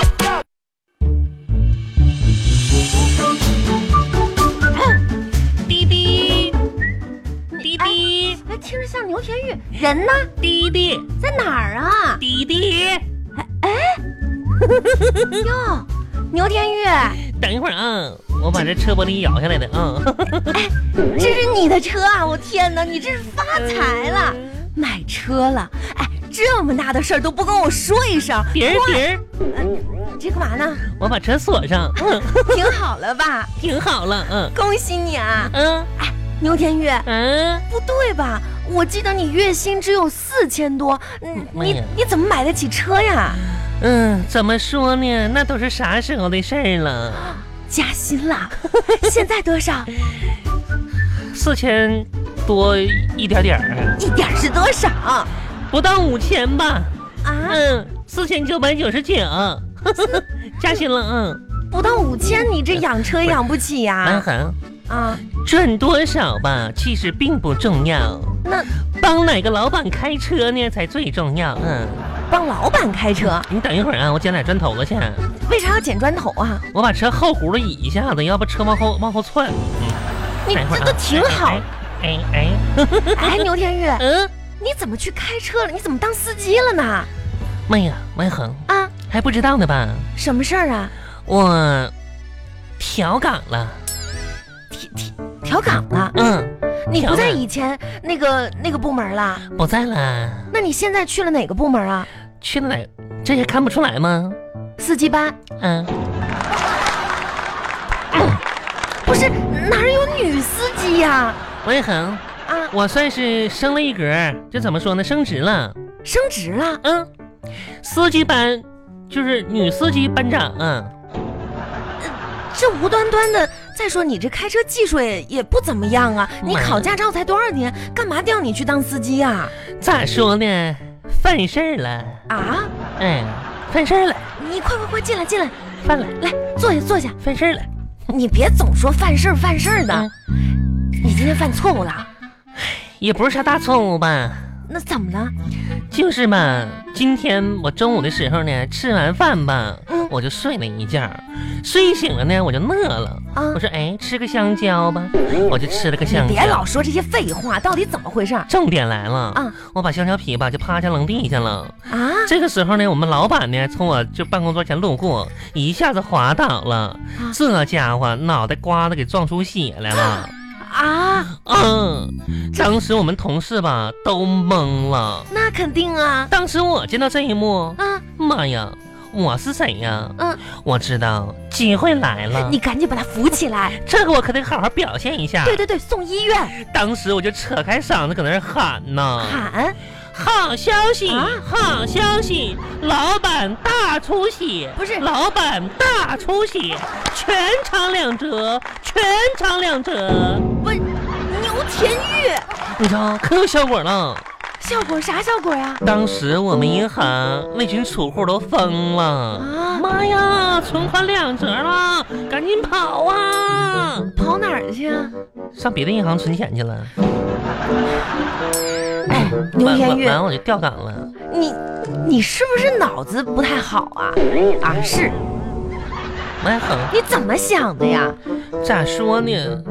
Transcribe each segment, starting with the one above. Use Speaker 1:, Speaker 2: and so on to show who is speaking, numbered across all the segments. Speaker 1: 哎哎牛全玉，人呢？
Speaker 2: 弟弟，
Speaker 1: 在哪儿啊？
Speaker 2: 弟弟，
Speaker 1: 哟，牛天玉，
Speaker 2: 等一会儿啊，我把这车玻璃摇下来的啊。
Speaker 1: 这是你的车啊！我天哪，你这是发财了，
Speaker 2: 嗯
Speaker 1: 买车了！哎，这么大的事儿都不跟我说一声，
Speaker 2: 迪儿迪儿，
Speaker 1: 你这干嘛呢？
Speaker 2: 我把车锁上，嗯，
Speaker 1: 挺好了吧？
Speaker 2: 挺好了，嗯
Speaker 1: 恭喜你啊，
Speaker 2: 嗯
Speaker 1: 牛天玉！
Speaker 2: 嗯，
Speaker 1: 不对吧？我记得你月薪只有四千多，嗯，
Speaker 2: 妈呀
Speaker 1: 你你怎么买得起车呀？
Speaker 2: 嗯，怎么说呢？那都是啥时候的事儿了？
Speaker 1: 加薪了，现在多少？
Speaker 2: 四千多一点点儿，
Speaker 1: 一点儿是多少啊？
Speaker 2: 不到五千吧？嗯，四千九百九十九，加薪了，嗯，
Speaker 1: 不到五千，你这
Speaker 2: 哎
Speaker 1: 养车养不起
Speaker 2: 蛮
Speaker 1: 呀？
Speaker 2: 横。
Speaker 1: 啊，
Speaker 2: 赚多少吧，其实并不重要。
Speaker 1: 那
Speaker 2: 帮哪个老板开车呢，才最重要。嗯，
Speaker 1: 帮老板开车，
Speaker 2: 你等一会儿啊，我捡俩砖头子去，
Speaker 1: 为啥要捡砖头啊？
Speaker 2: 我把车后轱辘倚一下子，要不车往后往后窜。嗯，
Speaker 1: 你
Speaker 2: 等一会儿
Speaker 1: 这
Speaker 2: 啊
Speaker 1: 都挺好。
Speaker 2: 哎哎，哎哎
Speaker 1: 哎，牛天玉，
Speaker 2: 嗯，
Speaker 1: 你怎么去开车了？你怎么当司机了呢？
Speaker 2: 妈呀，文恒
Speaker 1: 啊，
Speaker 2: 还不知道呢吧？
Speaker 1: 什么事儿啊？
Speaker 2: 我调岗了。
Speaker 1: 调岗了？
Speaker 2: 嗯，
Speaker 1: 你不
Speaker 2: 调
Speaker 1: 在
Speaker 2: 岗
Speaker 1: 以前那个那个部门了？
Speaker 2: 不在了，
Speaker 1: 那你现在去了哪个部门啊？
Speaker 2: 去了哪？这也看不出来吗？
Speaker 1: 司机班？
Speaker 2: 嗯，
Speaker 1: 不是，哪有女司机呀、
Speaker 2: 文恒，
Speaker 1: 啊？
Speaker 2: 我算是升了一格，这怎么说呢？升职了。
Speaker 1: 升职了？
Speaker 2: 嗯，司机班就是女司机班长，嗯，
Speaker 1: 这无端端的。再说你这开车技术也也不怎么样啊！你
Speaker 2: 妈呀
Speaker 1: 考驾照才多少年，干嘛调你去当司机啊呀、
Speaker 2: 咋说呢，犯事儿了，
Speaker 1: 啊？
Speaker 2: 哎，犯事儿了，
Speaker 1: 你快快快进来进来，
Speaker 2: 犯了，
Speaker 1: 来坐下坐下，
Speaker 2: 犯事儿了。
Speaker 1: 你别总说犯事儿犯事儿的。
Speaker 2: 嗯
Speaker 1: 你今天犯错误了？
Speaker 2: 也不是啥大错误吧，
Speaker 1: 那怎么了？
Speaker 2: 就是吧，今天我中午的时候呢，吃完饭吧，
Speaker 1: 嗯
Speaker 2: 我就睡了一觉，睡醒了呢，我就饿了，
Speaker 1: 啊
Speaker 2: 我说哎，吃个香蕉吧，我就吃了个香
Speaker 1: 嗯你
Speaker 2: 蕉。
Speaker 1: 别老说这些废话，到底怎么回事儿
Speaker 2: 重点来了，
Speaker 1: 嗯
Speaker 2: 我把香蕉皮吧就趴下扔地下了。
Speaker 1: 啊？
Speaker 2: 这个时候呢，我们老板呢从我就办公桌前路过，一下子滑倒了，这家伙脑袋瓜子给撞出血来了。
Speaker 1: 啊，
Speaker 2: 嗯，当时我们同事吧都懵了。
Speaker 1: 那肯定啊
Speaker 2: 当时我见到这一幕，
Speaker 1: 啊
Speaker 2: 妈呀，我是谁呀？
Speaker 1: 嗯，
Speaker 2: 我知道机会来了
Speaker 1: 你，赶紧把他扶起来。
Speaker 2: 这个我可得好好表现一下。
Speaker 1: 对对对，送医院
Speaker 2: 当时我就扯开嗓子搁那儿喊呐。
Speaker 1: 喊
Speaker 2: 好消息，
Speaker 1: 啊
Speaker 2: 好消息！老板大出血，
Speaker 1: 不是
Speaker 2: 老板大出血，全场两折，全场两折。
Speaker 1: 不是牛田玉，
Speaker 2: 你瞧，可有效果了。
Speaker 1: 效果啥效果啊呀、
Speaker 2: 当时我们银行那群储户都疯了，
Speaker 1: 啊，
Speaker 2: 妈呀，存款两折了，赶紧跑啊！
Speaker 1: 跑哪儿去啊？
Speaker 2: 上别的银行存钱去了。
Speaker 1: 哎，牛
Speaker 2: 完
Speaker 1: 天
Speaker 2: 完
Speaker 1: 玉，
Speaker 2: 完我就调岗了。
Speaker 1: 你你是不是脑子不太好啊？啊，是，
Speaker 2: 完恒，
Speaker 1: 你怎么想的呀？
Speaker 2: 咋说呢？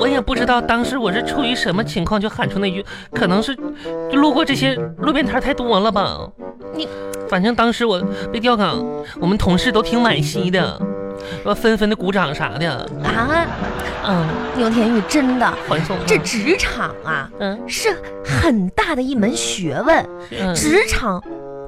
Speaker 2: 我也不知道当时我是出于什么情况就喊出那句，可能是就路过这些路边摊太多了吧。
Speaker 1: 你，
Speaker 2: 反正当时我被调岗，我们同事都挺惋惜的，说纷纷的鼓掌啥的，
Speaker 1: 啊，
Speaker 2: 嗯，
Speaker 1: 牛天玉，真的，
Speaker 2: 欢送。
Speaker 1: 这职场啊
Speaker 2: 嗯
Speaker 1: 是很大的一门学问，
Speaker 2: 嗯，
Speaker 1: 职场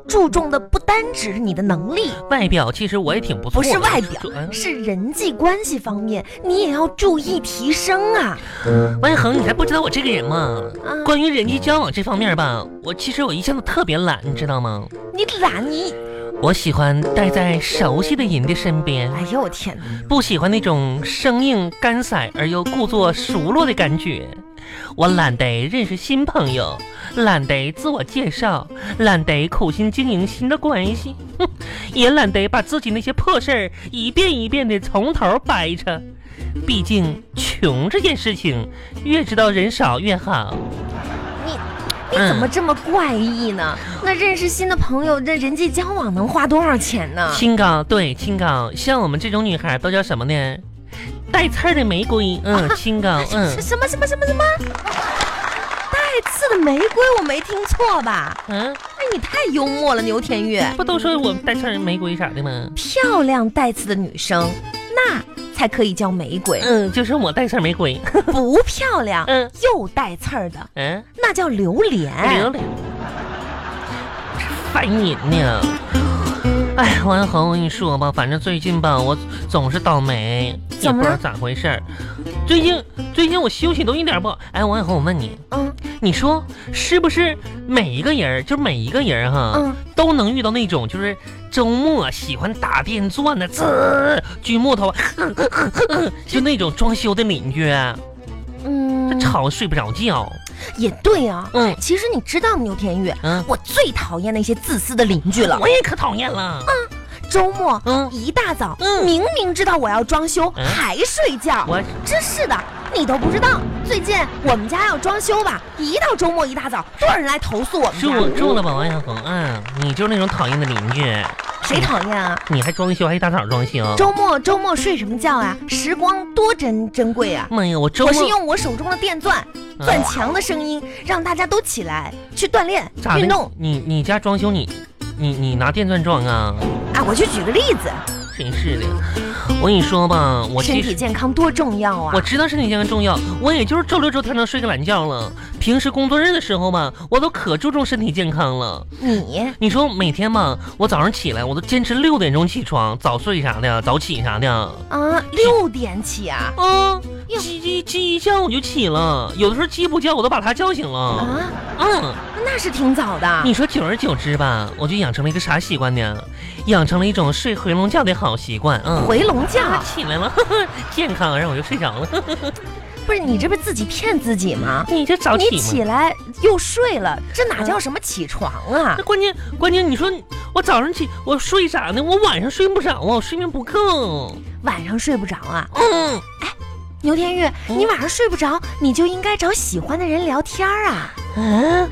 Speaker 1: 注重的不单只是你的能力，
Speaker 2: 外表其实我也挺不错
Speaker 1: 不
Speaker 2: 的，
Speaker 1: 是外表
Speaker 2: 就嗯，
Speaker 1: 是人际关系方面，你也要注意提升啊！
Speaker 2: 嗯万恒，你还不知道我这个人吗？
Speaker 1: 啊，
Speaker 2: 关于人际交往这方面吧，我其实我一向都特别懒，你知道吗？
Speaker 1: 你懒你，
Speaker 2: 我喜欢待在熟悉的人的身边，
Speaker 1: 哎呦我天哪！
Speaker 2: 不喜欢那种生硬、干涩而又故作熟络的感觉。我懒得认识新朋友，懒得自我介绍，懒得苦心经营新的关系，哼，也懒得把自己那些破事儿一遍一遍的从头掰扯。毕竟穷这件事情，越知道人少越好。
Speaker 1: 你你怎么这么怪异呢？那认识新的朋友，这人际交往能花多少钱呢？
Speaker 2: 清高，对，清高。像我们这种女孩都叫什么呢？
Speaker 1: 哎
Speaker 2: 带刺儿的玫瑰，嗯，清高，嗯
Speaker 1: 什，什么什么什么什么？带刺的玫瑰，我没听错吧？
Speaker 2: 嗯，
Speaker 1: 哎，你太幽默了，牛田玉。
Speaker 2: 不都说我带刺儿玫瑰啥的吗？
Speaker 1: 漂亮带刺的女生，那才可以叫玫瑰；
Speaker 2: 嗯，就是我带刺儿玫瑰。
Speaker 1: 不漂亮
Speaker 2: 嗯
Speaker 1: 又带刺儿的，
Speaker 2: 嗯，
Speaker 1: 那叫榴
Speaker 2: 榴
Speaker 1: 莲。
Speaker 2: 莲，烦人呢。哎，王红，我跟你说吧，反正最近吧，我总是倒霉，也
Speaker 1: 怎么
Speaker 2: 不
Speaker 1: 了
Speaker 2: 知道咋回事儿。最近最近我休息都一点不好。哎，王红，我问你，
Speaker 1: 嗯
Speaker 2: 你说是不是每一个人儿，就每一个人儿哈，
Speaker 1: 嗯，
Speaker 2: 都能遇到那种就是周末喜欢打电钻的，滋锯木头， 就那种装修的邻居，啊这
Speaker 1: 嗯，
Speaker 2: 吵睡不着觉。
Speaker 1: 也对啊。
Speaker 2: 嗯
Speaker 1: 其实你知道牛田玉，
Speaker 2: 嗯，
Speaker 1: 我最讨厌那些自私的邻居了
Speaker 2: 我。也可讨厌了。
Speaker 1: 周末
Speaker 2: 嗯，
Speaker 1: 一大早，
Speaker 2: 嗯
Speaker 1: 明明知道我要装修，
Speaker 2: 嗯
Speaker 1: 还睡觉。
Speaker 2: 我
Speaker 1: 真是的，你都不知道，最近我们家要装修吧，一到周末一大早，多少人来投诉我们
Speaker 2: 是我
Speaker 1: 家。
Speaker 2: 中了吧，王小红？嗯，你就是那种讨厌的邻居，
Speaker 1: 谁讨厌啊？
Speaker 2: 你还装修，还一大早装修。
Speaker 1: 周末周末睡什么觉啊？时光多珍珍贵啊！
Speaker 2: 妈呀，我周
Speaker 1: 我是
Speaker 2: 末
Speaker 1: 用我手中的电钻
Speaker 2: 嗯
Speaker 1: 钻墙的声音，让大家都起来去锻炼
Speaker 2: 咋
Speaker 1: 运
Speaker 2: 的
Speaker 1: 动？
Speaker 2: 你你家装修你你你拿电钻撞啊？
Speaker 1: 啊！我就举个例子，
Speaker 2: 真是的，我跟你说吧，我
Speaker 1: 身
Speaker 2: 其实
Speaker 1: 体健康多重要啊
Speaker 2: 我！知道身体健康重要，我也就是周六周天能睡个懒觉了。平时工作日的时候吧，我都可注重身体健康了。
Speaker 1: 你
Speaker 2: 你说每天吧，我早上起来我都坚持六点钟起床，早睡啥的，早起啥的。
Speaker 1: 啊，六点起啊
Speaker 2: 嗯，
Speaker 1: 哟
Speaker 2: 鸡鸡鸡一叫我就起了，有的时候鸡不叫我都把它叫醒了。
Speaker 1: 啊，
Speaker 2: 嗯，
Speaker 1: 那是挺早的。
Speaker 2: 你说久而久之吧，我就养成了一个啥习惯呢？养成了一种睡回笼觉的好习惯。嗯，
Speaker 1: 回笼觉
Speaker 2: 啊起来了，呵呵健康，然后我就睡着了。
Speaker 1: 不是你这不是自己骗自己吗？
Speaker 2: 你这早
Speaker 1: 你
Speaker 2: 起吗？
Speaker 1: 起来又睡了，这哪叫什么起床啊
Speaker 2: 那？关键关键，你说我早上起我睡啥呢？我晚上睡不着啊，我睡眠不够。
Speaker 1: 晚上睡不着啊？
Speaker 2: 嗯，
Speaker 1: 牛天玉，
Speaker 2: 嗯
Speaker 1: 你晚上睡不着，你就应该找喜欢的人聊天儿啊。
Speaker 2: 啊，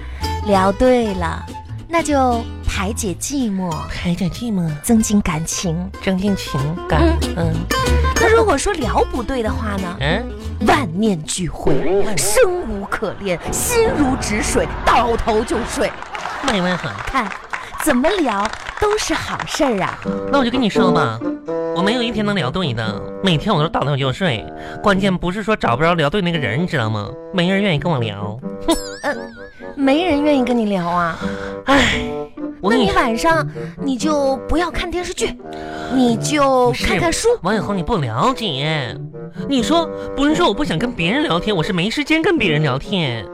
Speaker 1: 聊对了，那就排解寂寞，
Speaker 2: 排解寂寞，
Speaker 1: 增进感情。
Speaker 2: 增进情感。嗯
Speaker 1: 那如果说聊不对的话呢？
Speaker 2: 嗯，
Speaker 1: 万念俱灰，生无可恋，心如止水，倒头就睡。
Speaker 2: 慢慢好。
Speaker 1: 看，怎么聊都是好事儿啊。
Speaker 2: 那我就跟你说吧，我没有一天能聊对的，每天我都是倒头就睡。关键不是说找不着聊对那个人，你知道吗？没人愿意跟我聊。
Speaker 1: 没人愿意跟你聊啊。
Speaker 2: 唉，我
Speaker 1: 那
Speaker 2: 跟你
Speaker 1: 你晚上你就不要看电视剧，你就
Speaker 2: 嗯不是
Speaker 1: 看看书。
Speaker 2: 王永红，你不了解。你说不是说我不想跟别人聊天，我是没时间跟别人聊天。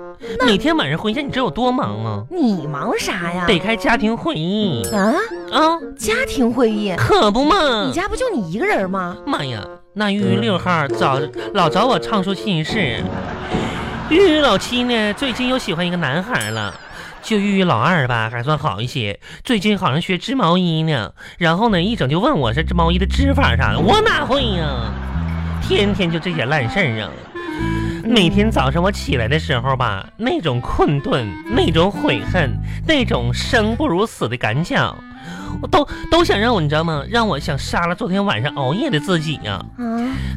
Speaker 2: 每天晚上回家，你知道有多忙吗？
Speaker 1: 你忙啥呀？
Speaker 2: 得开家庭会议
Speaker 1: 啊，
Speaker 2: 啊，
Speaker 1: 家庭会议，
Speaker 2: 可不嘛
Speaker 1: 你！家不就你一个人吗？
Speaker 2: 妈呀，那玉六号找老找我唱出心事。玉哎玉老七呢，最近又喜欢一个男孩了。就玉玉老二吧，还算好一些。最近好像学织毛衣呢，然后呢，一整就问我是织毛衣的织法啥的，我哪会呀？天天就这些烂事儿啊！每天早上我起来的时候吧，那种困顿，那种悔恨，那种生不如死的感觉，我都都想让我，你知道吗？让我想杀了昨天晚上熬夜的自己呀、
Speaker 1: 啊，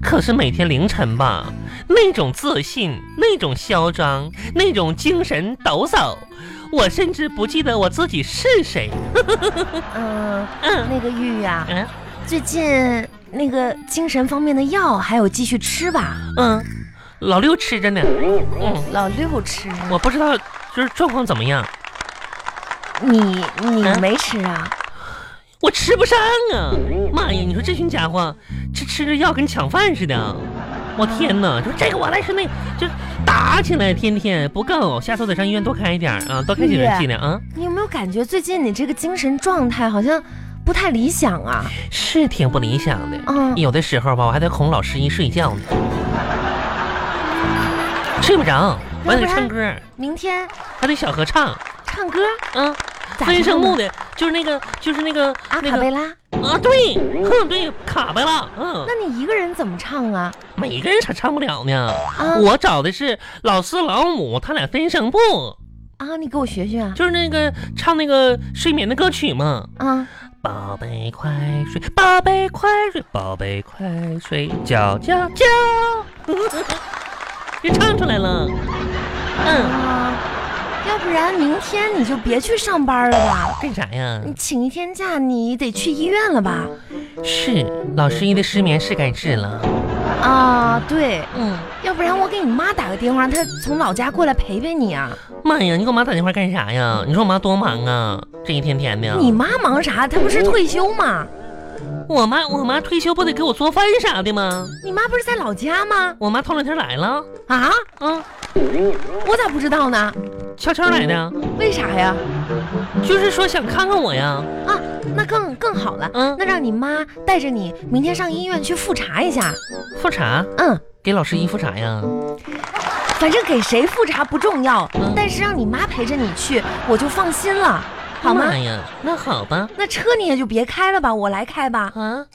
Speaker 2: 可是每天凌晨吧，那种自信，那种嚣张，那种精神抖擞，我甚至不记得我自己是谁。
Speaker 1: 嗯、
Speaker 2: 嗯
Speaker 1: 那个玉玉啊，
Speaker 2: 嗯
Speaker 1: 最近那个精神方面的药还有继续吃吧？
Speaker 2: 嗯，老六吃着呢。嗯，
Speaker 1: 老六吃，
Speaker 2: 我不知道就是状况怎么样，
Speaker 1: 你你
Speaker 2: 嗯
Speaker 1: 没吃啊？
Speaker 2: 我吃不上啊！妈呀，你说这群家伙吃吃着药跟抢饭似的。我天哪，就这个我来吃那，就打起来，天天不够，下次我得上医院多开一点儿啊，多开几针剂量啊。
Speaker 1: 你有没有感觉最近你这个精神状态好像不太理想啊？
Speaker 2: 是挺不理想的。
Speaker 1: 嗯
Speaker 2: 有的时候吧，我还得哄老师一睡觉呢，睡不着，我还得唱歌，
Speaker 1: 明天
Speaker 2: 还得小合唱，
Speaker 1: 唱歌
Speaker 2: 嗯，
Speaker 1: 咋
Speaker 2: 分声
Speaker 1: 唱
Speaker 2: 部
Speaker 1: 呢？
Speaker 2: 的，就是那个，就是那个
Speaker 1: 阿
Speaker 2: 那
Speaker 1: 卡贝
Speaker 2: 个
Speaker 1: 拉？
Speaker 2: 啊，对，哼，对，卡巴了，嗯，
Speaker 1: 那你一个人怎么唱啊？
Speaker 2: 每个人可唱不了呢。
Speaker 1: 啊
Speaker 2: 我找的是老四老母，他俩分声部，
Speaker 1: 啊，你给我学学啊！
Speaker 2: 就是那个唱那个睡眠的歌曲嘛。
Speaker 1: 啊，
Speaker 2: 宝贝快睡，宝贝快睡，宝贝快睡觉觉 觉，就唱出来了。嗯，
Speaker 1: 啊不然明天你就别去上班了吧？
Speaker 2: 干啥呀？
Speaker 1: 你请一天假，你得去医院了吧？
Speaker 2: 是老师一的失眠是该治了。
Speaker 1: 啊，对，
Speaker 2: 嗯，
Speaker 1: 要不然我给你妈打个电话，让她从老家过来陪陪你啊。
Speaker 2: 妈呀，你给我妈打电话干啥呀？你说我妈多忙啊，这一天天的。
Speaker 1: 你妈忙啥？她不是退休吗？
Speaker 2: 我妈我妈退休不得给我做饭啥的吗？
Speaker 1: 你妈不是在老家吗？
Speaker 2: 我妈头两天来了，
Speaker 1: 啊，
Speaker 2: 啊，
Speaker 1: 我咋不知道呢？
Speaker 2: 悄悄来的，
Speaker 1: 为啥呀？
Speaker 2: 就是说想看看我呀。
Speaker 1: 啊，那更更好了。
Speaker 2: 嗯
Speaker 1: 那让你妈带着你明天上医院去复查一下。
Speaker 2: 复查，
Speaker 1: 嗯，
Speaker 2: 给老师一复查呀。
Speaker 1: 反正给谁复查不重要
Speaker 2: 嗯，
Speaker 1: 但是让你妈陪着你去，我就放心了，好吗
Speaker 2: 妈？呀，那好吧，
Speaker 1: 那车你也就别开了吧，我来开吧。
Speaker 2: 啊。